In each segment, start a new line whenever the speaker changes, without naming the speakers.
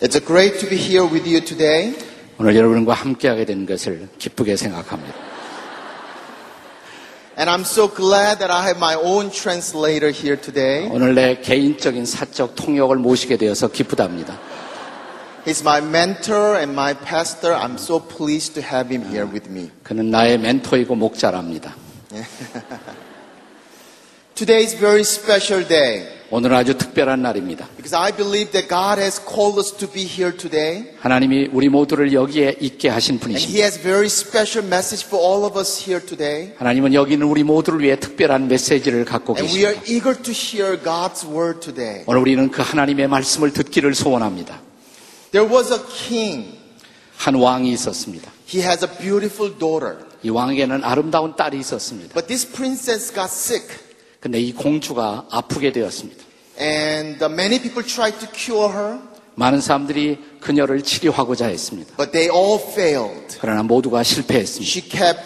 It's great to be here with you today.
오늘 여러분과 함께하게 된 것을 기쁘게 생각합니다.
And I'm so glad that I have my own translator here today.
오늘 내 개인적인 사적 통역을 모시게 되어서 기쁘답니다.
He's my mentor and my pastor. I'm so pleased to have him here with me.
그는 나의 멘토이고 목자랍니다.
Today is a very special day
오늘은 아주 특별한 날입니다.
because I believe that God has called us to be here today.
하나님이 우리 모두를 여기에 있게 하신
And
분이십니다.
he has very special message for all of us here today.
하나님은 여기는 우리 모두를 위해 특별한 메시지를 갖고
And we are
계십니다.
eager to hear God's word today.
오늘 우리는 그 하나님의 말씀을 듣기를 소원합니다.
There was a king.
한 왕이 있었습니다.
He has a beautiful daughter.
이 왕에게는 아름다운 딸이 있었습니다.
But this princess got sick.
근데 이 공주가 아프게 되었습니다.
And uh, many people tried to cure her,
많은 사람들이 그녀를 치료하고자 했습니다.
but they all failed.
그러나 모두가 실패했습니다.
She kept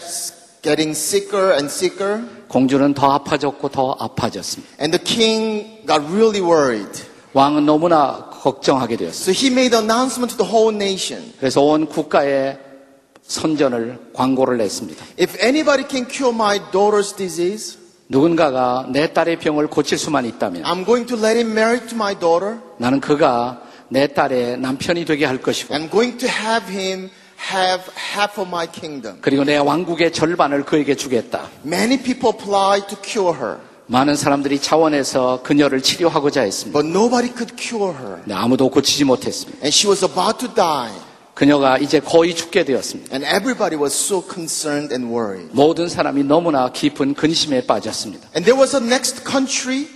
getting sicker and sicker,
공주는 더 아파졌고 더 아파졌습니다.
and the king got really worried.
왕은 너무나 걱정하게 되었습니다.
So he made an announcement to the whole nation.
그래서 온 국가에 선전을 광고를 냈습니다.
If anybody can cure my daughter's disease,
누군가가 내 딸의 병을 고칠 수만 있다면
I'm going to let him marry to my daughter.
나는 그가 내 딸의 남편이 되게 할 것이고
I'm going to have him have half of my kingdom.
그리고 내 왕국의 절반을 그에게 주겠다.
Many people applied to cure her,
많은 사람들이 차원에서 그녀를 치료하고자 했습니다.
but nobody could cure her.
근데 아무도 고치지 못했습니다.
And she was about to die,
그녀가 이제 거의 죽게 되었습니다.
and everybody was so concerned and worried.
모든 사람이 너무나 깊은 근심에 빠졌습니다.
And there was a next country.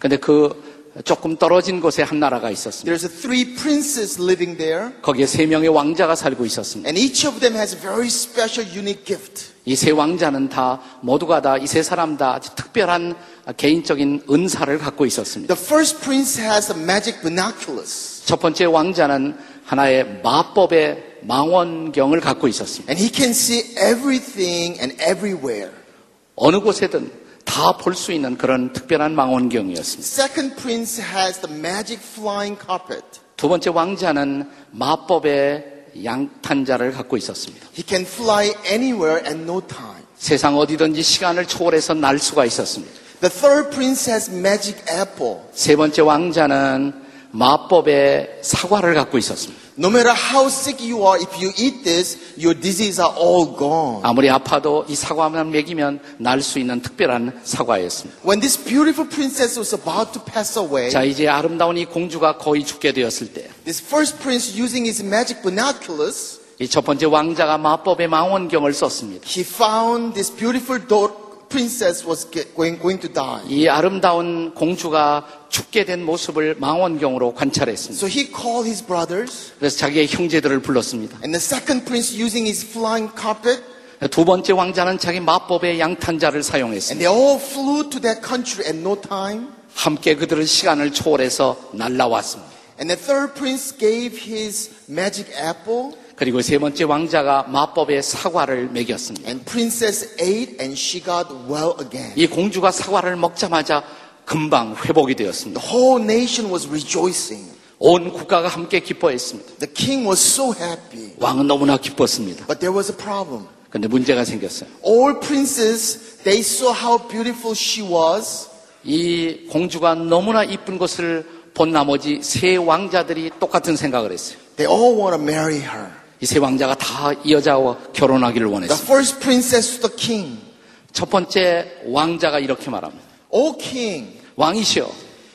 근데 그 조금 떨어진 곳에 한 나라가 있었습니다.
There's a three princes living there,
거기에 세 명의 왕자가 살고 있었습니다.
and each of them has a very special, unique gift.
이 세 왕자는 다 모두가 다 이 세 사람 다 특별한 개인적인 은사를 갖고 있었습니다.
The first prince has a magic binoculars,
첫 번째 왕자는 하나의 마법의 망원경을 갖고 있었습니다.
and he can see everything and everywhere.
어느 곳에든 다 볼 수 있는 그런 특별한 망원경이었습니다.
Second prince has the magic flying carpet.
두 번째 왕자는 마법의 양탄자를 갖고 있었습니다.
He can fly anywhere at no time.
세상 어디든지 시간을 초월해서 날 수가 있었습니다.
The third prince has magic apple.
세 번째 왕자는 마법의 사과를 갖고 있었습니다.
No matter how sick you are, if you eat this, your disease are all gone.
아무리 아파도 이 사과만 먹이면 날 수 있는 특별한 사과였습니다.
When this beautiful princess was about to pass away,
자, 이제 아름다운 이 공주가 거의 죽게 되었을 때,
This first prince, using his magic binoculars,
이 첫 번째 왕자가 마법의 망원경을 썼습니다.
he found this beautiful daughter, princess was get, going, going to die.
이 아름다운 공주가 죽게 된 모습을 망원경으로 관찰했습니다.
So he called his brothers,
그래서 자기의 형제들을 불렀습니다.
and the second prince, using his flying carpet,
두 번째 왕자는 자기 마법의 양탄자를
and
사용했습니다.
they all flew to that country at no time.
함께 그들은 시간을 초월해서 날라왔습니다.
And the third prince gave his magic apple,
그리고 세 번째 왕자가 마법의 사과를 먹였습니다.
and princess ate, and she got well again.
이 공주가 사과를 먹자마자 금방 회복이
The
되었습니다.
whole nation was rejoicing.
온 국가가 함께 기뻐했습니다.
The king was so happy.
왕은 너무나 기뻤습니다.
But there was a problem.
근데 문제가 생겼어요.
All princes, they saw how beautiful she was,
이 공주가 너무나 이쁜 것을 본 나머지 세 왕자들이 똑같은 생각을 했어요.
They all want to marry her.
이 세 왕자가 다 이 여자와 결혼하기를
The
원했어요.
first princess to the king.
첫 번째 왕자가 이렇게 말합니다.
Oh, king,
왕이시여,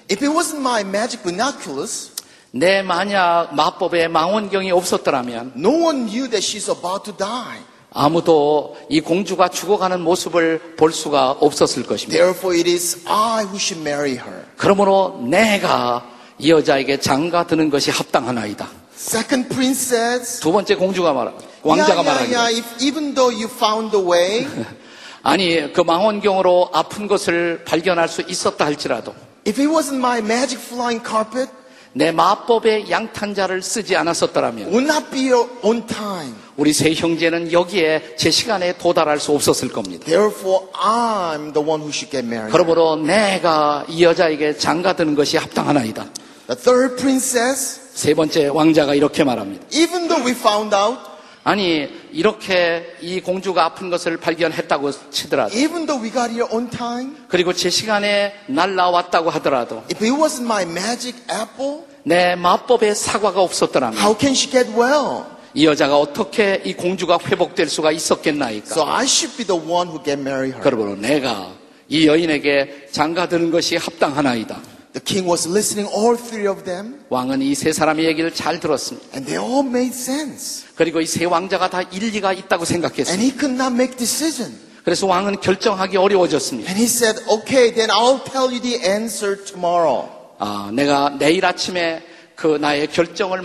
if it wasn't my magic binoculars,
내 만약 마법의 망원경이 없었더라면
no one knew that she's about to die.
아무도 이 공주가 죽어가는 모습을 볼 수가 없었을 것입니다.
Therefore, it is I who should marry her.
네. 그러므로 내가 이 여자에게 장가 드는 것이 합당하나이다.
Second princess.
두 번째 공주가 말합니다.
yeah,
왕자가
yeah,
말합니다.
yeah, if, even though you found a way,
아니 그 망원경으로 아픈 것을 발견할 수 있었다 할지라도
if it wasn't my magic flying carpet,
내 마법의 양탄자를 쓰지 않았었더라면
would not be your own time.
우리 세 형제는 여기에 제 시간에 도달할 수 없었을 겁니다.
Therefore, I'm the one who should get married.
그러므로 내가 이 여자에게 장가드는 것이 합당하나이다.
The third princess,
세 번째 왕자가 이렇게 말합니다.
Even though we found out,
아니, 이렇게 이 공주가 아픈 것을 발견했다고 치더라도,
even though we got here on time,
그리고 제 시간에 날라왔다고 하더라도,
if it wasn't my magic apple,
내 마법의 사과가 없었더라면,
how can she get well?
이 여자가 어떻게 이 공주가 회복될 수가 있었겠나이까.
So I should be the one who can marry her.
그러므로 내가 이 여인에게 장가드는 것이 합당하나이다.
The king was listening all three of them
왕은 이 세 사람의 얘기를 잘 들었습니다.
and they all made sense.
그리고 이 세 왕자가 다 일리가 있다고
And
생각했습니다.
he could not make decision.
그래서 왕은 결정하기 어려워졌습니다.
And he said, okay, then I'll tell you the answer tomorrow.
아, 내가 내일 아침에 그 나의 결정을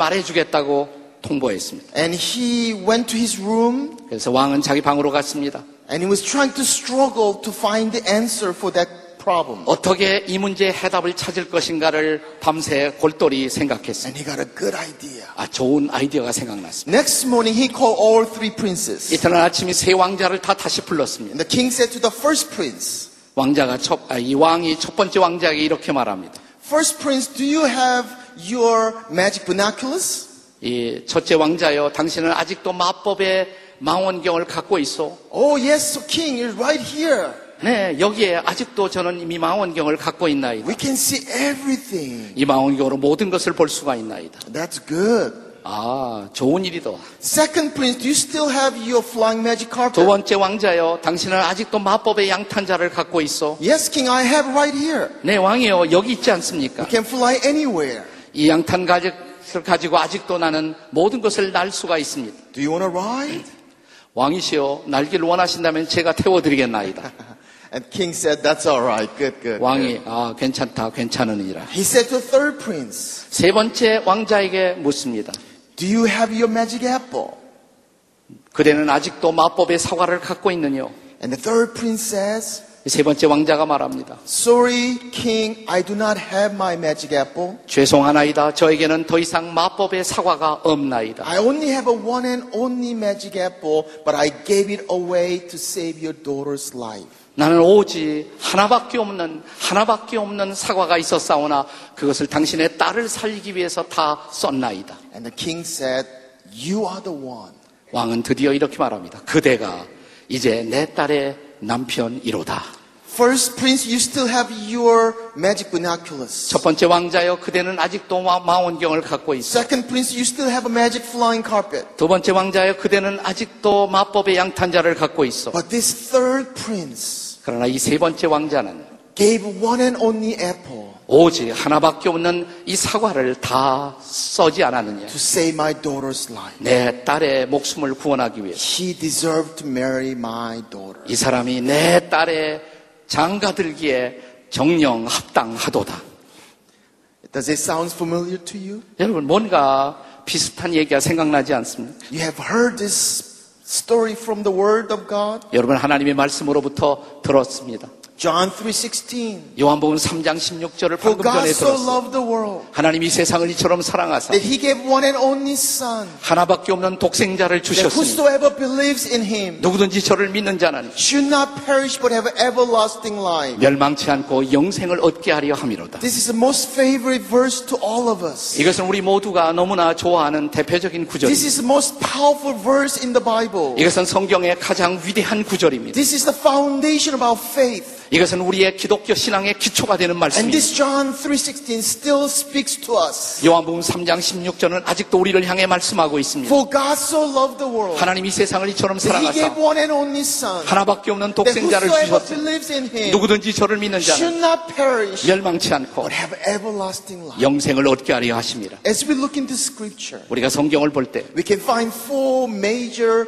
말해주겠다고 통보했습니다.
And he went to his room
그래서 왕은 자기 방으로 갔습니다.
and he was trying to struggle to find the answer for that problem.
어떻게 이 문제의 해답을 찾을 것인가를 밤새 골똘히 생각했습니다.
And he got a good idea.
아, 좋은 아이디어가 생각났습니다.
Next morning, he called all three princes.
이튿날 아침에 세 왕자를 다 다시
And
불렀습니다.
the king said to the first prince,
왕자가 첫, 아, 이 왕이 첫 번째 왕자에게 이렇게 말합니다.
First prince, do you have your magic binoculars?
이 첫째 왕자여, 당신은 아직도 마법의 망원경을 갖고 있어.
Oh, yes, so king, you're right here.
네, 여기에 아직도 저는 이미 망원경을 갖고 있나이다.
We can see everything.
이 망원경으로 모든 것을 볼 수가 있나이다.
That's good.
아, 좋은 일이다.
Second prince, do you still have your flying magic
두
carpet?
번째 왕자여, 당신은 아직도 마법의 양탄자를 갖고 있어.
Yes, king, I have right here.
네, 왕이여, 여기 있지 않습니까?
You can fly anywhere.
이 양탄 가죽을 가지고 아직도 나는 모든 것을 날 수가 있습니다.
Do you want to ride?
왕이시여, 날기를 원하신다면 제가 태워드리겠나이다.
And king said, that's all right. Good, good. good."
왕이, 아, 괜찮다, 괜찮으니라.
He said to the third prince,
세 번째 왕자에게 묻습니다.
do you have your magic apple?
그대는 아직도 마법의 사과를 갖고 있느냐?
And the third prince says,
세 번째 왕자가 말합니다.
Sorry, King, I do not have my magic apple.
죄송하나이다. 저에게는 더 이상 마법의 사과가 없나이다.
I only have a one and only magic apple, but I gave it away to save your daughter's life.
나는 오직 하나밖에 없는 하나밖에 없는 사과가 있었사오나 그것을 당신의 딸을 살리기 위해서 다 썼나이다.
And the king said, You are the one.
왕은 드디어 이렇게 말합니다. 그대가 이제 내 딸의 남편이로다.
First, Prince, you still have your magic binoculars.
첫 번째 왕자여 그대는 아직도 마- 망원경을 갖고 있어.
Second, Prince, you still have a magic flying carpet.
두 번째 왕자여 그대는 아직도 마법의 양탄자를 갖고 있어.
But this third prince
그러나 이 세 번째 왕자는
gave one and only apple
오직 하나밖에 없는 이 사과를 다 써지 않았느냐.
to save my daughter's life.
내 딸의 목숨을 구원하기 위해서.
He deserved to marry my daughter.
이 사람이 내 딸의 장가들기에 정령 합당하도다.
Does it sound familiar to you?
여러분, 뭔가 비슷한 얘기가 생각나지 않습니까?
You have heard this story from the word of God.
여러분, 하나님의 말씀으로부터 들었습니다.
John 3:16.
요한복음 3장 16절을
For
방금
Oh, God
전에
so
들었습니다.
loved the world
하나님이 세상을 이처럼 사랑하사
that he gave one and only son
하나밖에 없는
that
독생자를 주셨으니
whosoever believes in him
누구든지 저를 믿는 자는
should not perish but have everlasting life.
멸망치 않고 영생을 얻게 하려 함이로다.
This is the most favorite verse to all of us.
이것은 우리 모두가 너무나 좋아하는 대표적인
This
구절입니다.
is the most powerful verse in the Bible.
이것은 성경의 가장 위대한 구절입니다.
This is the foundation of our faith.
이것은 우리의 기독교 신앙의 기초가 되는
And
말씀입니다.
this John 3:16 still speaks to us.
요한복음 3장 16절은 아직도 우리를 향해 말씀하고 있습니다.
For God so loved the world
하나님이 세상을 이처럼
that he gave
사랑하사
one and only son
하나밖에
that
없는 독생자를
whosoever
주셨으니
believes in him
누구든지 저를 믿는 자는
should not perish
멸망치 않고
but have everlasting life.
영생을 얻게 하려 하십니다.
As we look into scripture,
우리가 성경을 볼 때
we can find four major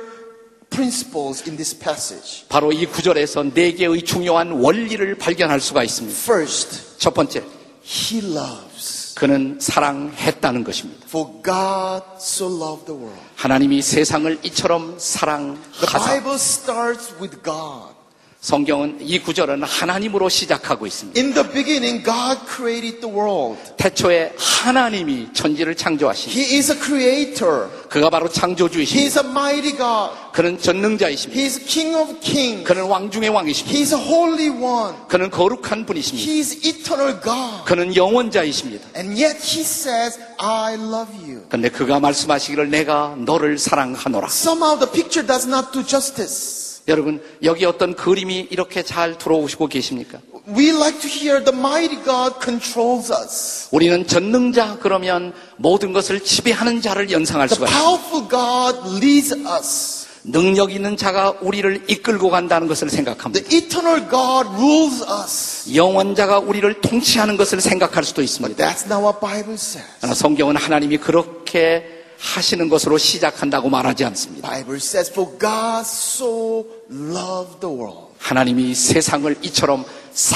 principles in this passage.
바로 이 구절에서 네 개의 중요한 원리를 발견할 수가 있습니다.
First,
첫 번째,
he loves.
그는 사랑했다는 것입니다.
For God so loved the world.
하나님이 세상을 이처럼
The
사랑하사
Bible starts with God.
성경은 이 구절은 하나님으로 시작하고 있습니다.
In the beginning, God created the world.
태초에 하나님이 천지를 창조하십니다.
He is a creator.
그가 바로
He
창조주이십니다.
is a mighty God.
그는 전능자이십니다.
He is King of kings.
그는 왕중의 왕이십니다.
He is a holy one.
그는 거룩한 분이십니다.
He is eternal God.
그는 영원자이십니다.
And yet he says, I love you.
근데 그가 말씀하시기를 내가 너를 사랑하노라.
Somehow the picture does not do justice.
여러분, 여기 어떤 그림이 이렇게 잘 들어오시고 계십니까?
We like to hear the mighty God controls us.
우리는 전능자 그러면 모든 것을 지배하는 자를 연상할
The
수가 있습니다.
powerful God leads us.
능력 있는 자가 우리를 이끌고 간다는 것을
The
생각합니다.
eternal God rules us.
영원자가 우리를 통치하는 것을 생각할 수도 있습니다.
That's not what Bible says.
그러나 성경은 하나님이 그렇게 하시는 것으로 시작한다고 말하지 않습니다.
Bible says, for God so loved the world.
하나님이 세상을 이처럼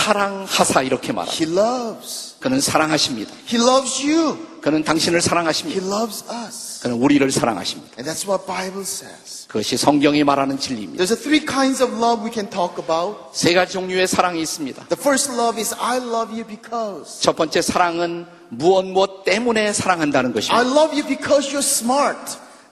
사랑하사 이렇게 말합니다.
He loves.
그는 사랑하십니다.
He loves you.
그는 당신을
He
사랑하십니다.
loves us.
그는 우리를 사랑하십니다.
And that's what Bible says.
그것이 성경이 말하는 진리입니다.
There's a three kinds of love we can talk about.
세 가지 종류의 사랑이 있습니다.
The first love is I love you because.
첫 번째 사랑은 무엇 무엇 때문에 사랑한다는
I
것입니다.
love you because you're smart.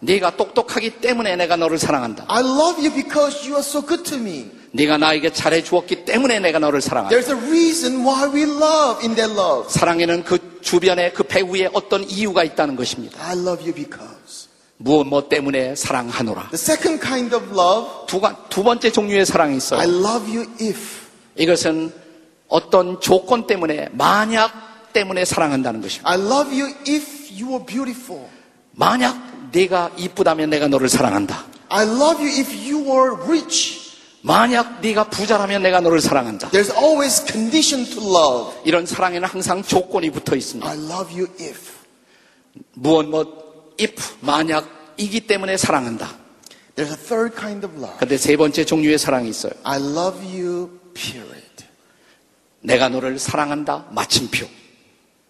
네가 똑똑하기 때문에 내가 너를 사랑한다.
I love you because you are so good to me.
네가 나에게 잘해 주었기 때문에 내가 너를 사랑한다.
There's a reason why we love in that love.
사랑에는 그 주변에 그 배후에 어떤 이유가 있다는 것입니다.
I love you because.
무엇 무엇 때문에 사랑하노라.
The second kind of love,
두, 가- 두 번째 종류의 사랑이
I
있어요.
love you if.
이것은 어떤 조건 때문에 만약 때문에 사랑한다는 것입니다.
I love you if you were beautiful.
만약 네가 이쁘다면 내가 너를 사랑한다.
I love you if you were rich.
만약 네가 부자라면 내가 너를 사랑한다.
There's always condition to love.
이런 사랑에는 항상 조건이 붙어 있습니다.
I love you if.
무엇 무엇 if 만약이기 때문에 사랑한다.
There's a third kind of love.
근데 세 번째 종류의 사랑이 있어요.
I love you, period.
내가 너를 사랑한다. 마침표.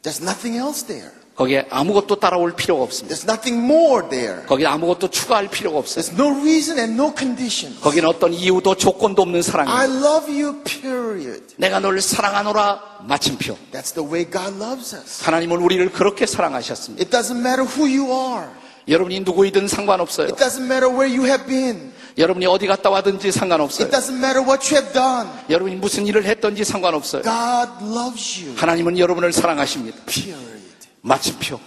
There's nothing else there.
거기에 아무것도 따라올 필요가 없습니다.
There's nothing more there.
거기에 아무것도 추가할 필요가 없어요.
There's no reason and no condition.
거기는 어떤 이유도 조건도 없는
I
사랑이에요.
love you, period.
내가 너를 사랑하노라. 마침표.
That's the way God loves us.
하나님은 우리를 그렇게 사랑하셨습니다.
It doesn't matter who you are.
여러분이 누구이든 상관없어요.
It doesn't matter where you have been.
여러분이 어디 갔다 와든지 상관없어요.
It doesn't matter what you have done.
여러분이 무슨 일을 했던지 상관없어요.
God loves you.
하나님은 여러분을 사랑하십니다.
Period.
마침표.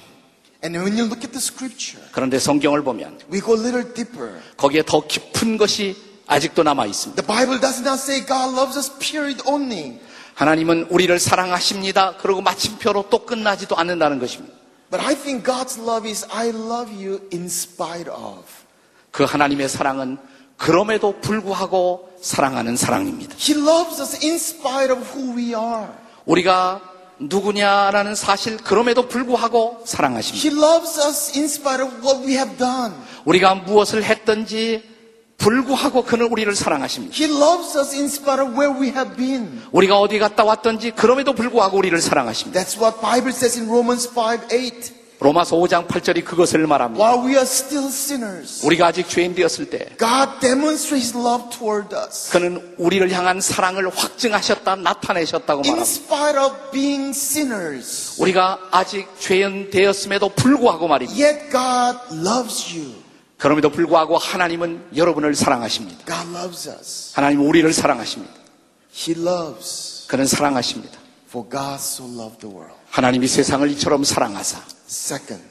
And when you look at the scripture,
그런데 성경을 보면
we go a little deeper.
거기에 더 깊은 것이 아직도 남아 있습니다.
The Bible does not say God loves us, period, only.
하나님은 우리를 사랑하십니다. 그리고 마침표로 또 끝나지도 않는다는 것입니다.
But I think God's love is, I love you in spite of.
그 하나님의 사랑은 그럼에도 불구하고 사랑하는 사랑입니다.
He loves us in spite of who we are.
우리가 누구냐라는 사실 그럼에도 불구하고 사랑하십니다.
He loves us in spite of what we have done.
우리가 무엇을 했든지 불구하고 그는 우리를 사랑하십니다.
He loves us in spite of where we have been.
우리가 어디 갔다 왔든지 그럼에도 불구하고 우리를 사랑하십니다.
That's what Bible says in Romans 5 8.
로마서 5장 8절이 그것을 말합니다.
While we are still sinners,
우리가 아직 죄인되었을 때
God demonstrates his love toward us.
그는 우리를 향한 사랑을 확증하셨다 나타내셨다고
In
말합니다.
spite of being sinners,
우리가 아직 죄인되었음에도 불구하고 말입니다.
yet God loves you.
그럼에도 불구하고 하나님은 여러분을 사랑하십니다.
God loves us.
하나님은 우리를 사랑하십니다.
He loves,
그는 사랑하십니다.
for God so loved the world.
하나님이 세상을 이처럼 사랑하사
Second,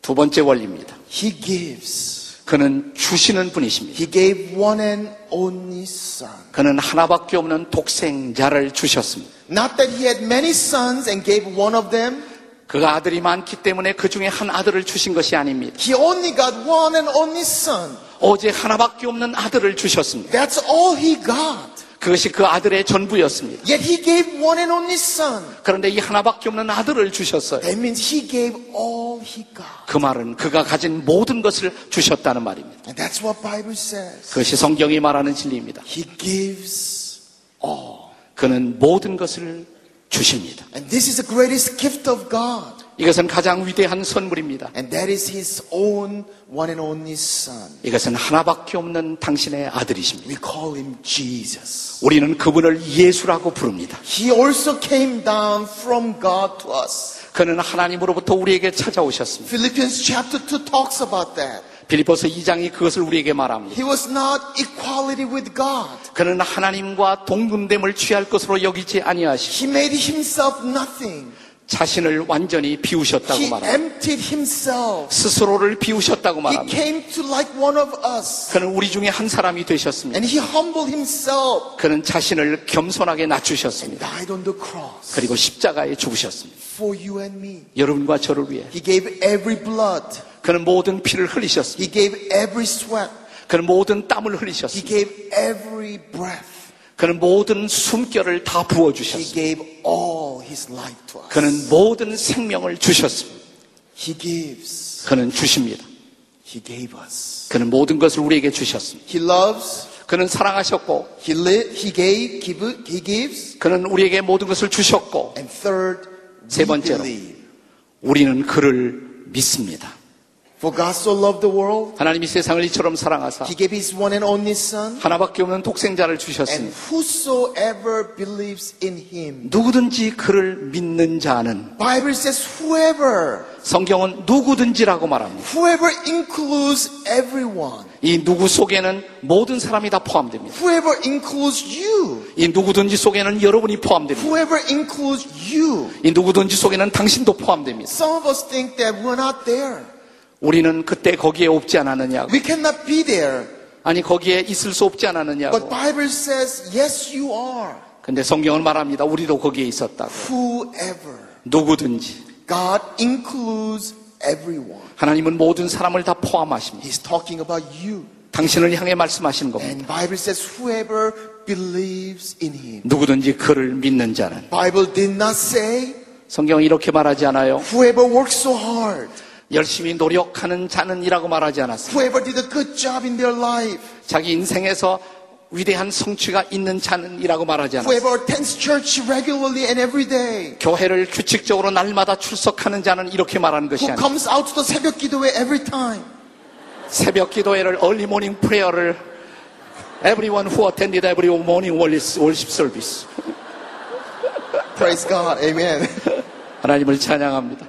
두 번째 원리입니다.
He gives.
그는 주시는 분이십니다.
He gave one and only Son.
그는 하나밖에 없는 독생자를 주셨습니다.
Not that He had many sons and gave one of them.
그가 아들이 많기 때문에 그 중에 한 아들을 주신 것이 아닙니다.
He only got one and only Son.
오직 하나밖에 없는 아들을 주셨습니다.
That's all He got.
그것이 그 아들의 전부였습니다.
Yet He gave one and only Son.
그런데 이 하나밖에 없는 아들을 주셨어요.
That means he gave all he got.
그 말은 그가 가진 모든 것을 주셨다는 말입니다.
And that's what Bible says.
그것이 성경이 말하는 진리입니다.
He gives all.
그는 모든 것을 주십니다.
And this is the greatest gift of God.
이것은 가장 위대한 선물입니다.
And that is his own one and only son.
이것은 하나밖에 없는 당신의 아들이십니다.
We call him Jesus.
우리는 그분을 예수라고 부릅니다.
He also came down from God to us.
그는 하나님으로부터 우리에게 찾아오셨습니다.
Philippians chapter 2 talks about that.
빌리포스 2장이 그것을 우리에게 말합니다.
He was not equality with God.
그는 하나님과 동등됨을 취할 것으로 여기지 아니하시고
He made himself nothing.
자신을 완전히 비우셨다고
He
말합니다.
emptied himself.
스스로를 비우셨다고
He
말합니다.
came to like one of us.
그는 우리 중에 한 사람이 되셨습니다.
And he humbled himself.
그는 자신을 겸손하게 낮추셨습니다.
Died on the cross
그리고 십자가에 죽으셨습니다.
for you and me.
여러분과 저를 위해
He gave every blood.
그는 모든 피를 흘리셨습니다.
He gave every sweat.
그는 모든 땀을
He
흘리셨습니다.
gave every breath.
그는 모든 숨결을 다
He
부어주셨습니다.
gave all his life to us.
그는 모든 생명을 주셨습니다.
He gives.
그는 주십니다.
He gave us.
그는 모든 것을 우리에게 주셨습니다.
He loves.
그는 사랑하셨고,
He li- He gave. Give- he gives.
그는 우리에게 모든 것을 주셨고,
And third,
세
we
번째로.
believe.
우리는 그를 믿습니다.
For God so loved the world,
하나님이 세상을 이처럼 사랑하사
He gave His one and only Son,
하나밖에 없는 독생자를
and
주셨습니다.
whosoever believes in Him.
누구든지 그를 믿는 자는
Bible says, whoever,
성경은 누구든지라고 말합니다.
whoever includes everyone,
이 누구 속에는 모든 사람이 다 포함됩니다.
whoever includes you,
이 누구든지 속에는 여러분이 포함됩니다.
whoever includes you.
이 누구든지 속에는 당신도 포함됩니다.
Some of us think that we're not there.
우리는 그때 거기에 없지 않았느냐고.
We cannot be there.
아니 거기에 있을 수 없지
But
않았느냐고.
Bible says, yes, you are.
근데 성경은 말합니다. 우리도 거기에 있었다고.
Whoever.
누구든지.
God includes everyone.
하나님은 모든 사람을 다 포함하십니다.
He's talking about you.
당신을 향해 말씀하시는 겁니다.
And Bible says, whoever believes in him.
누구든지 그를 믿는 자는.
Bible did not say,
성경은 이렇게 말하지 않아요.
whoever works so hard,
열심히 노력하는 자는이라고 말하지 않았어요.
whoever did a good job in their life,
자기 인생에서 위대한 성취가 있는 자는이라고 말하지 않았어요.
whoever attends church regularly and every day,
교회를 규칙적으로 날마다 출석하는 자는 이렇게 말하는 것이
who
아니에요.
comes out to the 새벽 기도회 every time.
새벽 기도회를 early morning prayer를 everyone who attended every morning worship service
Praise God. Amen.
하나님을 찬양합니다.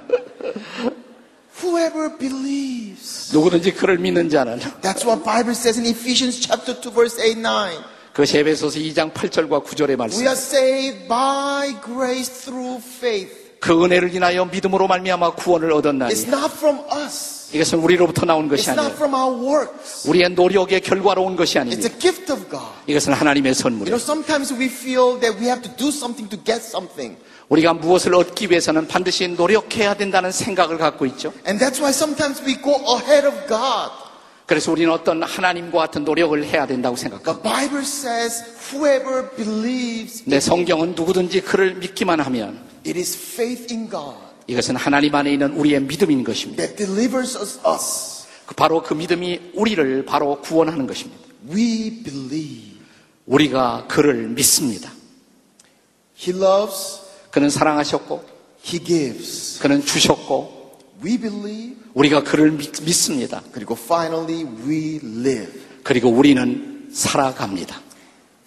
whoever believes.
누구든지 그를 믿는 자는
That's what Bible says in Ephesians chapter 2 verse 8 9.
그것이 에베소서 2장 8절과 9절의
We
말씀.
are saved by grace through faith.
그 은혜를 인하여 믿음으로 말미암아 구원을 얻었나니
It's not from us.
이것은 우리로부터 나온 것이
It's not
아니에요.
from our works.
우리의 노력의 결과로 온 것이
It's a
아닙니다.
gift of God.
이것은 하나님의
You know,
선물이에요.
sometimes we feel that we have to do something to get something.
우리가 무엇을 얻기 위해서는 반드시 노력해야 된다는 생각을 갖고 있죠.
And that's why sometimes we go ahead of God.
그래서 우리는 어떤 하나님과 같은 노력을 해야 된다고 생각합니다.
But Bible says whoever believes
내 성경은 누구든지 그를 믿기만 하면
it is faith in God
이것은 하나님 안에 있는 우리의 믿음인 것입니다.
that delivers us us.
그 바로 그 믿음이 우리를 바로 구원하는 것입니다.
We believe.
우리가 그를 믿습니다.
He loves,
그는 사랑하셨고,
he gives.
그는 주셨고,
We believe.
우리가 그를 믿, 믿습니다.
그리고 finally we live.
그리고 우리는 살아갑니다.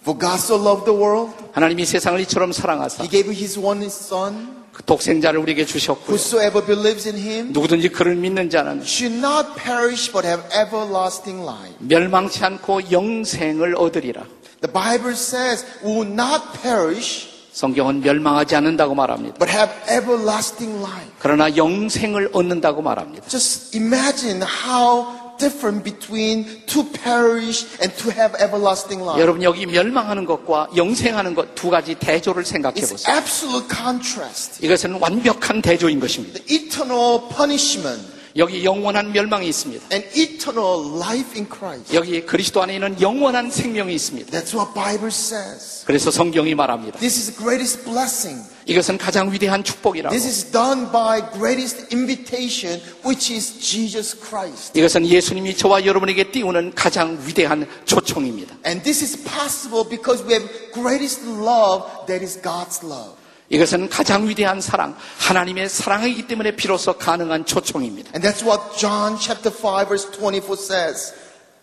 For God so loved the world,
하나님이 세상을 이처럼 사랑하사
He gave His one Son.
그 독생자를 우리에게 주셨고,
Whosoever believes in Him
누구든지 그를 믿는 자는
should not perish but have everlasting life.
멸망치 않고 영생을 얻으리라.
The Bible says, "We will not perish
성경은 멸망하지 않는다고 말합니다.
but have everlasting life."
그러나 영생을 얻는다고 말합니다.
Just imagine how different between to perish and to have everlasting life.
여러분 여기 멸망하는 것과 영생하는 것 두 가지 대조를 생각해
It's
보세요.
absolute contrast.
이것은 완벽한 대조인 것입니다.
The eternal punishment
여기 영원한 멸망이 있습니다.
and eternal life in Christ.
여기 그리스도 안에 있는 영원한 생명이 있습니다.
That's what Bible says.
그래서 성경이 말합니다.
This is the greatest blessing.
이것은 가장 위대한 축복이라고.
This is done by greatest invitation, which is Jesus Christ.
이것은 예수님이 저와 여러분에게 띄우는 가장 위대한 초청입니다.
And this is possible because we have greatest love that is God's love.
이것은 가장 위대한 사랑, 하나님의 사랑이기 때문에 비로소 가능한 초청입니다.
And that's what John chapter 5 verse 24 says.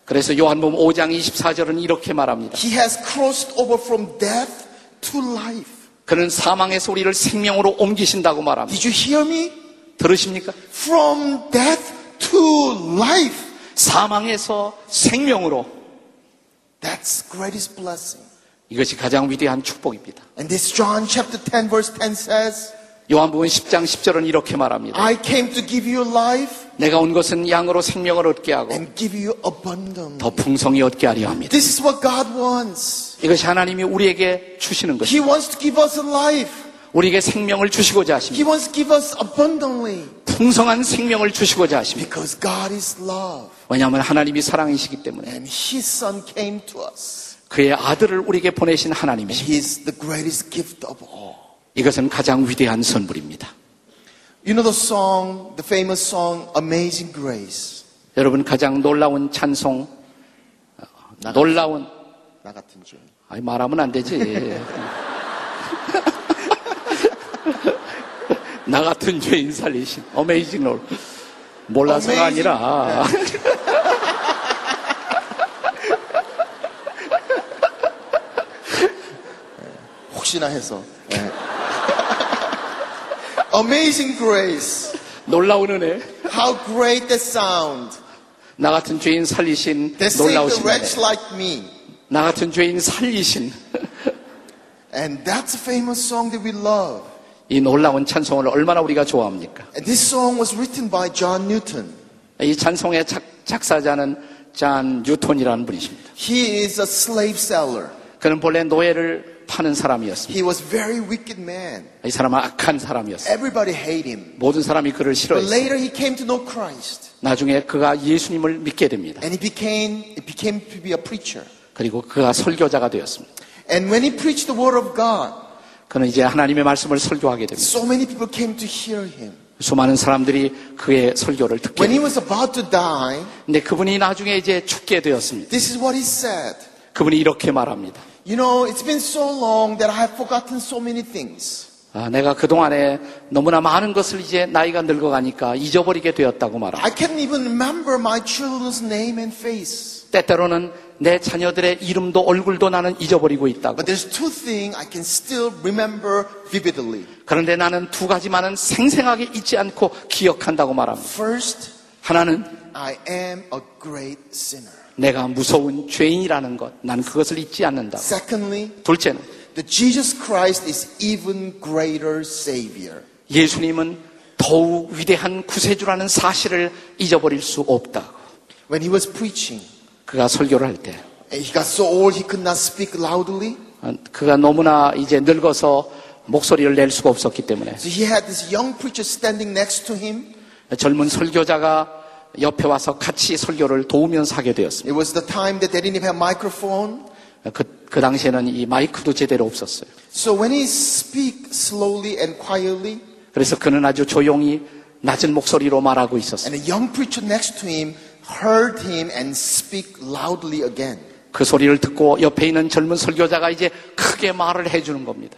그래서 요한복음 5장 24절은 이렇게 말합니다.
He has crossed over from death to life.
그는 사망에서 우리를 생명으로 옮기신다고 말합니다.
Did you hear me?
들으십니까?
From death to life.
사망에서 생명으로
That's greatest blessing.
이것이 가장 위대한 축복입니다.
And this John chapter 10 verse 10 says,
요한복음 10장 10절은 이렇게 말합니다.
I came to give you life
내가 온 것은 양으로 생명을 얻게 하고
and give you abundant.
더 풍성히 얻게 하려 합니다.
This is what God wants.
이것이 하나님이 우리에게 주시는 것입니다.
He wants to give us a life.
우리에게 생명을 주시고자
He
하십니다.
wants to give us abundantly
풍성한 생명을 주시고자 하십니다.
because God is love
왜냐하면 하나님이 사랑이시기 때문에
and His Son came to us.
그의 아들을 우리에게 보내신 하나님이십니다.
He is the greatest gift of all.
이것은 가장 위대한 선물입니다.
You know the song, the famous song, Amazing Grace.
여러분 가장 놀라운 찬송, 어, 놀라운
나 같은 줄.
아니 말하면 안 되지. 나 같은 죄인 살리신 어메이징 롤 몰라서가
Amazing. 네.
아니라
혹시나 해서. 네. Amazing Grace.
놀라운 은혜
How great the sound.
나 같은 죄인 살리신
They saved the
놀라우신 은혜
wretch like me.
나 같은 죄인 살리신
And that's a famous song that we love.
이 놀라운 찬송을 얼마나 우리가 좋아합니까?
And this song was written by John Newton.
이 찬송의 작, 작사자는 잔 뉴턴이라는 분이십니다.
He is a slave seller.
그는 본래 노예를 파는 사람이었습니다.
He was very wicked man.
이 사람은 악한 사람이었습니다.
Everybody hate him.
모든 사람이 그를
But
싫어했어요.
later he came to know Christ
나중에 그가 예수님을 믿게 됩니다.
and he became he became to be a preacher.
그리고 그가 설교자가 되었습니다.
And when he preached the word of God,
그는 이제 하나님의 말씀을 설교하게 됩니다.
so many people came to hear him.
수많은 사람들이 그의 설교를 듣게
When he
됩니다.
was about to die,
근데 그분이 나중에 이제 죽게 되었습니다.
this is what he said.
그분이 이렇게 말합니다.
You know, it's been so long that I have forgotten so many things.
아, 내가 그동안에 너무나 많은 것을 이제 나이가 늙어가니까 잊어버리게 되었다고 말합니다.
I can't even remember my children's name and face.
때때로는 내 자녀들의 이름도 얼굴도 나는 잊어버리고 있다고.
But there's two things I can still remember vividly.
그런데 나는 두 가지만은 생생하게 잊지 않고 기억한다고 말합니다.
First,
하나는
I am a great sinner.
내가 무서운 죄인이라는 것. 난 그것을 잊지 않는다.
Secondly,
둘째는
that Jesus Christ is even greater savior.
예수님은 더욱 위대한 구세주라는 사실을 잊어버릴 수 없다고.
When he was preaching,
그가 설교를 할 때.
and he got so old he could not speak loudly.
어, 그가 너무나 이제 늙어서 목소리를 낼 수가 없었기 때문에
So he had this young preacher standing next to him.
젊은 설교자가 옆에 와서 같이 설교를 도우면서 하게 되었습니다.
It was the time that they didn't even have microphone.
그, 그 당시에는 이 마이크도 제대로 없었어요.
So when he speak slowly and quietly,
그래서 그는 아주 조용히 낮은 목소리로 말하고 있었어요.
and the young preacher next to him heard him and speak loudly again.
그 소리를 듣고 옆에 있는 젊은 설교자가 이제 크게 말을 해주는 겁니다.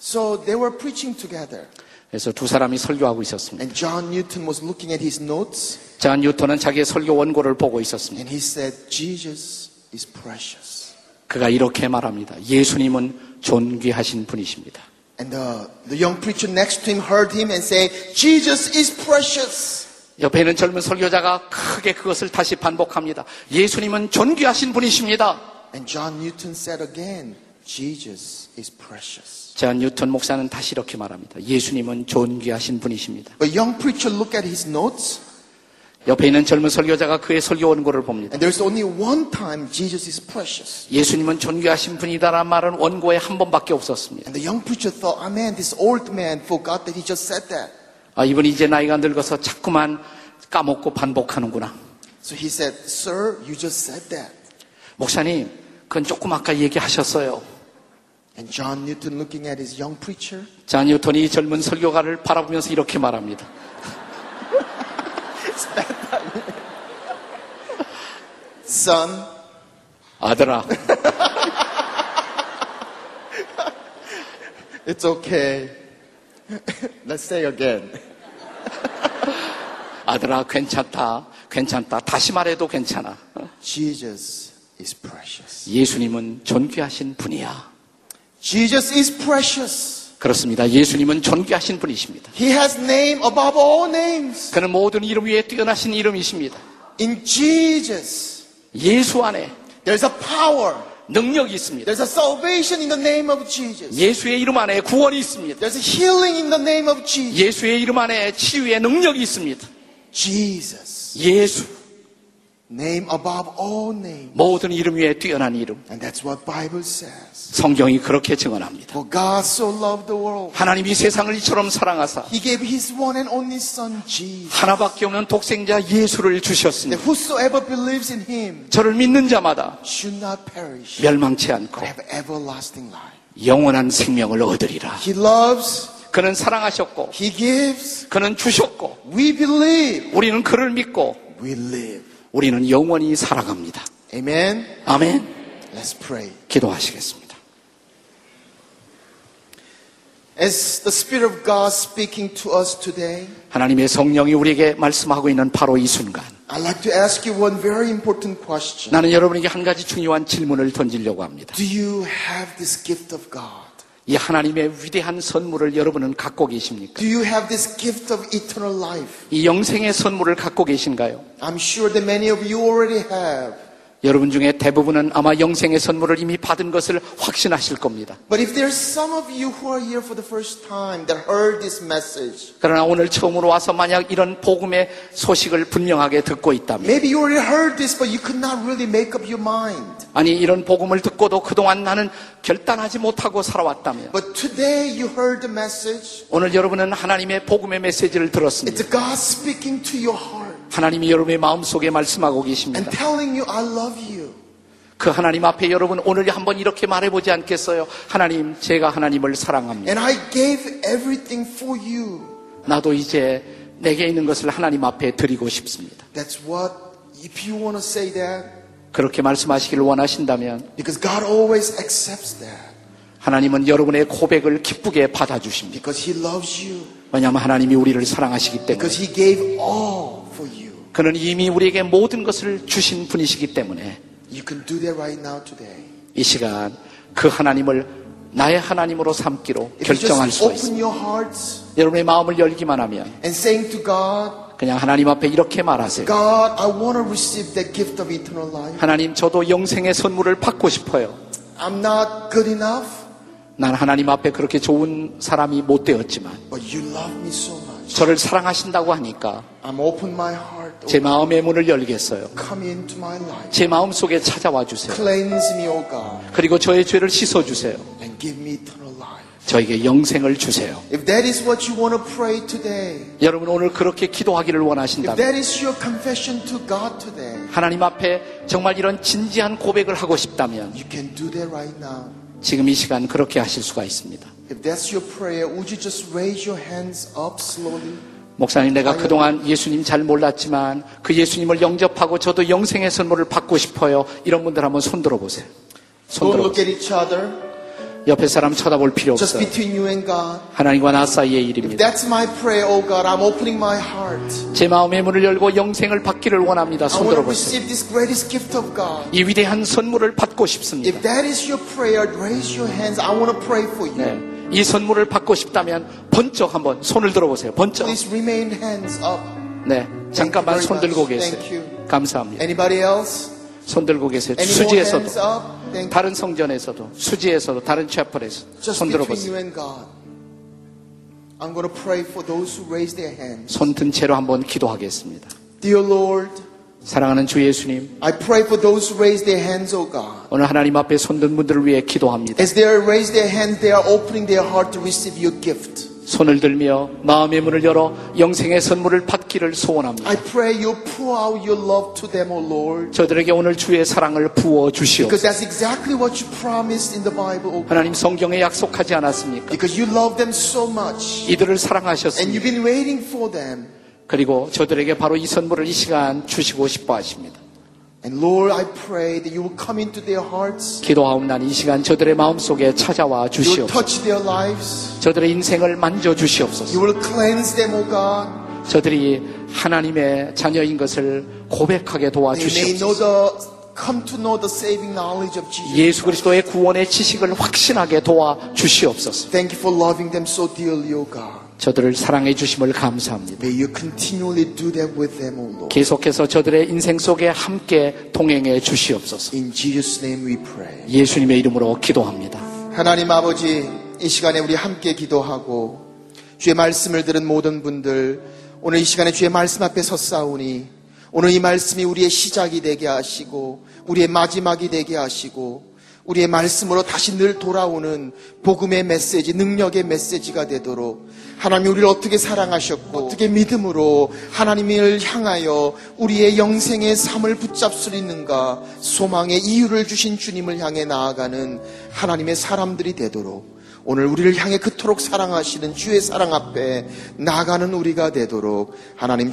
So they were preaching together.
그래서 두 사람이 설교하고 있었습니다.
And John Newton was looking at his notes.
잔 뉴턴은 자기의 설교 원고를 보고 있었습니다.
And he said, Jesus is precious.
그가 이렇게 말합니다. 예수님은 존귀하신 분이십니다.
And the, the young preacher next to him heard him and said, Jesus is precious.
옆에 있는 젊은 설교자가 크게 그것을 다시 반복합니다. 예수님은 존귀하신 분이십니다.
And John Newton said again, Jesus is precious.
잔 뉴턴 목사는 다시 이렇게 말합니다. 예수님은 존귀하신 분이십니다.
But young preacher looked at his notes,
옆에 있는 젊은 설교자가 그의 설교 원고를 봅니다.
and there's only one time Jesus is precious.
예수님은 존귀하신 분이다라는 말은 원고에 한 번밖에 없었습니다.
And the young preacher thought, ah man, this old man forgot that he just said that.
아, 이분이 이제 나이가 늙어서 자꾸만 까먹고 반복하는구나.
So he said, sir, you just said that.
목사님, 그건 조금 아까 얘기하셨어요.
And John Newton looking at his young preacher,
잔 뉴턴이 이 젊은 설교가를 바라보면서 이렇게 말합니다.
son,
아들아,
it's okay. Let's say again.
아들아, 괜찮다. 괜찮다. 다시 말해도 괜찮아.
Jesus is precious.
예수님은 존귀하신 분이야.
Jesus is precious.
그렇습니다. 예수님은 존귀하신 분이십니다.
He has name above all names.
그는 모든 이름 위에 뛰어나신 이름이십니다.
In Jesus,
예수 안에
there's a power.
능력이 있습니다.
There's a salvation in the name of Jesus.
예수의 이름 안에 구원이 있습니다.
There's a healing in the name of Jesus.
예수의 이름 안에 치유의 능력이 있습니다.
Jesus,
예수.
name above all names.
모든 이름 위에 뛰어난 이름.
And that's what Bible says.
성경이 그렇게 증언합니다.
For God so loved the world.
하나님이 세상을 이처럼 사랑하사
He gave his one and only son Jesus.
하나밖에 없는 독생자 예수를
That
주셨습니다.
whosoever believes in him
저를 믿는 자마다
should not perish,
멸망치 않고
but have everlasting life.
영원한 생명을 얻으리라.
He loves,
그는 사랑하셨고
he gives.
그는 주셨고
We believe,
우리는 그를 믿고
we live.
우리는 영원히 살아갑니다.
Amen.
아멘.
Let's pray.
기도하시겠습니다.
As the Spirit of God speaking to us today,
하나님의 성령이 우리에게 말씀하고 있는 바로 이 순간
I'd like to ask you one very important question.
나는 여러분에게 한 가지 중요한 질문을 던지려고 합니다.
Do you have this gift of God?
이 하나님의 위대한 선물을 여러분은 갖고 계십니까?
Do you have this gift of eternal life?
이 영생의 선물을 갖고 계신가요?
I'm sure that many of you already have.
여러분 중에 대부분은 아마 영생의 선물을 이미 받은 것을 확신하실 겁니다.
But if there's some of you who are here for the first time that heard this message,
그러나 오늘 처음으로 와서 만약 이런 복음의 소식을 분명하게 듣고 있다면
maybe you already heard this, but you could not really make up your mind.
아니 이런 복음을 듣고도 그동안 나는 결단하지 못하고 살아왔다면
But today you heard the message.
오늘 여러분은 하나님의 복음의 메시지를
It's
들었습니다.
God speaking to your heart
하나님이 여러분의 마음속에 말씀하고
and
계십니다.
telling you, I love you.
그 하나님 앞에 여러분 오늘 한번 이렇게 말해보지 않겠어요? 하나님 제가 하나님을 사랑합니다.
And I gave everything for you.
나도 이제 내게 있는 것을 하나님 앞에 드리고 싶습니다.
That's what, if you want to say that,
그렇게 말씀하시기를 원하신다면
because God always accepts that.
하나님은 여러분의 고백을 기쁘게 받아주십니다.
Because He loves you.
왜냐하면 하나님이 우리를 사랑하시기 때문에
Because He gave all for you.
그는 이미 우리에게 모든 것을 주신 분이시기 때문에
You can do that right now today.
이 시간 그 하나님을 나의 하나님으로 삼기로
If you
결정할
just
수가
open
있습니다.
your hearts
여러분의 마음을 열기만 하면
and saying to God,
그냥 하나님 앞에 이렇게 말하세요.
God, I want to receive that gift of eternal life.
하나님 저도 영생의 선물을 받고 싶어요.
I'm not good enough,
난 하나님 앞에 그렇게 좋은 사람이 못 되었지만
but you love me so much.
저를 사랑하신다고 하니까
I'm open my heart. oh,
제 마음의 문을 열겠어요.
Come into my life.
제 마음 속에 찾아와 주세요.
Cleanse me, O God,
그리고 저의 죄를 씻어 주세요.
and give me eternal life.
저에게 영생을 주세요.
If that is what you want to pray today,
여러분 오늘 그렇게 기도하기를
if
원하신다면
that is your confession to God today,
하나님 앞에 정말 이런 진지한 고백을 하고 싶다면
you can do that right now.
지금 이 시간 그렇게 하실 수가 있습니다.
If that's your prayer, would you just raise your hands up slowly?
목사님 내가 그동안 예수님 잘 몰랐지만 그 예수님을 영접하고 저도 영생의 선물을 받고 싶어요. 이런 분들 한번 손들어 보세요.
Don't
손들어
look
보세요.
at each other,
옆에 사람 쳐다볼 필요
just
없어요.
between you and God.
하나님과 나 사이의
If
일입니다.
that's my prayer, oh God, I'm opening my heart.
제 마음의 문을 열고 영생을 받기를 원합니다.
I want
손들어
to
보세요.
receive this greatest gift of God.
이 위대한 선물을 받고 싶습니다.
If that is your prayer, raise your hands. I want to pray for you.
네. 이 선물을 받고 싶다면 번쩍 한번 손을 들어보세요. 번쩍.
Please remain hands up.
네. 잠깐만
Thank you very
손 들고
much.
계세요.
Thank you.
감사합니다.
Anybody else?
손 들고 계세요.
Any more
수지에서도,
hands up? Thank you.
다른 성전에서도, 수지에서도, 다른 채플에서
Just
손
between
들어보세요.
you and God. I'm going to pray for those who raise their hands.
손 든 채로 한번 기도하겠습니다.
Dear Lord,
사랑하는 주 예수님,
I pray for those who raise their hands, oh God.
오늘 하나님 앞에 손든 분들을 위해 기도합니다.
As they raise their hands, they are opening their heart to receive your gift.
손을 들며 마음의 문을 열어 영생의 선물을 받기를 소원합니다.
I pray you pour out your love to them, O Lord.
저들에게 오늘 주의 사랑을 부어 주시옵소서.
Because that's exactly what you promised in the Bible, O God.
하나님 성경에 약속하지 않았습니까?
Because you love them so much.
이들을
And
사랑하셨습니다.
you've been waiting for them.
그리고 저들에게 바로 이 선물을 이 시간 주시고 싶어 하십니다.
And Lord, I pray that you will come into their hearts,
기도하옵나니 이 시간 저들의 마음속에 찾아와
you will
주시옵소서.
touch their lives,
저들의 인생을 만져
you
주시옵소서.
will cleanse them, O God.
저들이 하나님의 자녀인 것을 고백하게 도와
They may know
주시옵소서.
the come to know the saving knowledge of Jesus.
예수 그리스도의 구원의 지식을 확신하게 도와 주시옵소서.
Thank you for loving them so dearly, O God.
저들을 사랑해 주심을 감사합니다.
May you continually do that with them, O Lord.
계속해서 저들의 인생 속에 함께 동행해 주시옵소서.
In Jesus' name we pray.
예수님의 이름으로 기도합니다.
하나님 아버지, 이 시간에 우리 함께 기도하고 주의 말씀을 들은 모든 분들 오늘 이 시간에 주의 말씀 앞에 섰사오니 오늘 이 말씀이 우리의 시작이 되게 하시고 우리의 마지막이 되게 하시고 우리의 말씀으로 다시 늘 돌아오는 복음의 메시지, 능력의 메시지가 되도록 하나님이 우리를 어떻게 사랑하셨고 어떻게 믿음으로 하나님을 향하여 우리의 영생의 삶을 붙잡 수 있는가 소망의 이유를 주신 주님을 향해 나아가는 하나님의 사람들이 되도록 오늘 우리를 향해 그토록 사랑하시는 주의 사랑 앞에 나가는 우리가 되도록 하나님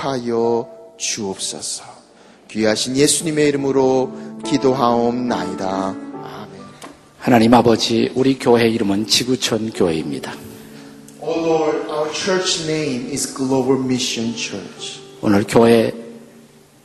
축복하여 주옵소서. 귀하신 예수님의 이름으로 기도하옵나이다. 아멘.
하나님 아버지, 우리 교회 이름은 지구촌 교회입니다.
O Oh Lord, our church name is Global Mission Church.
오늘 교회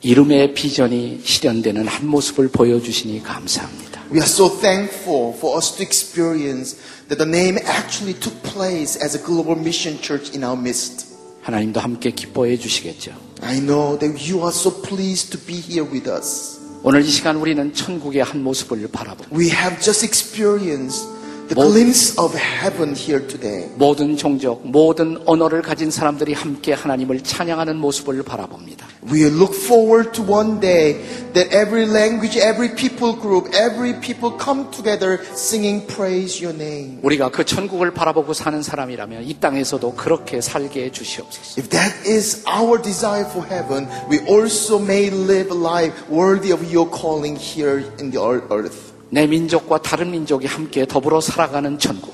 이름의 비전이 실현되는 한 모습을 보여주시니 감사합니다.
We are so thankful for us to experience that the name actually took place as a global mission church in our midst.
하나님도 함께 기뻐해 주시겠죠.
I know that you are so pleased to be here with us.
오늘 이 시간 우리는 천국의 한 모습을 바라보고
We have just experienced the
Mo-
glimpse of heaven here today.
모든 종족, 모든 언어를 가진 사람들이 함께 하나님을 찬양하는 모습을 바라봅니다.
We look forward to one day that every language, every people group, every people come together singing praise your name.
우리가 그 천국을 바라보고 사는 사람이라면 이 땅에서도 그렇게 살게 해 주시옵소서.
If that is our desire for heaven, we also may live a life worthy of your calling here in the ear- earth.
내 민족과 다른 민족이 함께 더불어 살아가는 천국.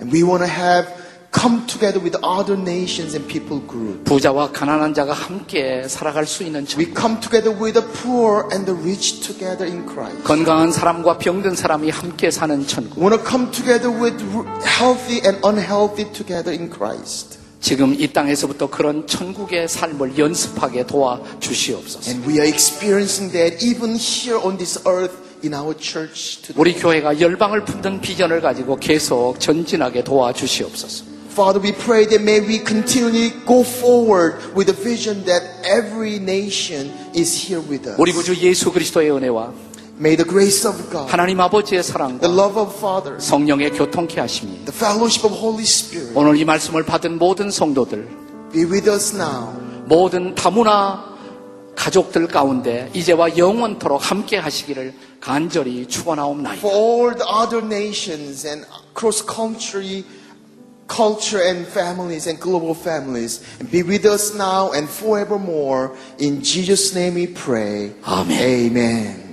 And we want to have come together with other nations and people group.
부자와 가난한 자가 함께 살아갈 수 있는
We
천국.
come together with the poor and the rich together in Christ.
건강한 사람과 병든 사람이 함께 사는 천국.
We want to come together with healthy and unhealthy together in Christ.
지금 이 땅에서부터 그런 천국의 삶을 연습하게 도와 주시옵소서.
And we are experiencing that even here on this earth in our church today.
우리 교회가 열방을 품는 비전을 가지고 계속 전진하게 도와 주시옵소서.
Father, we pray that may we continually go forward with the vision that every nation is here with us.
우리 구주 예수 그리스도의 은혜와
May the grace of God,
하나님 아버지의
the
사랑과
love of Father,
성령의 교통케 하심이
the fellowship of Holy Spirit
오늘 이 말씀을 받은 모든 성도들,
be with us now
모든 다문화 가족들 가운데 이제와 영원토록 함께 하시기를 간절히
for
축원하옵나이다.
all the other nations and cross-country culture and families and global families and be with us now and forevermore in jesus name we pray
Amen.
amen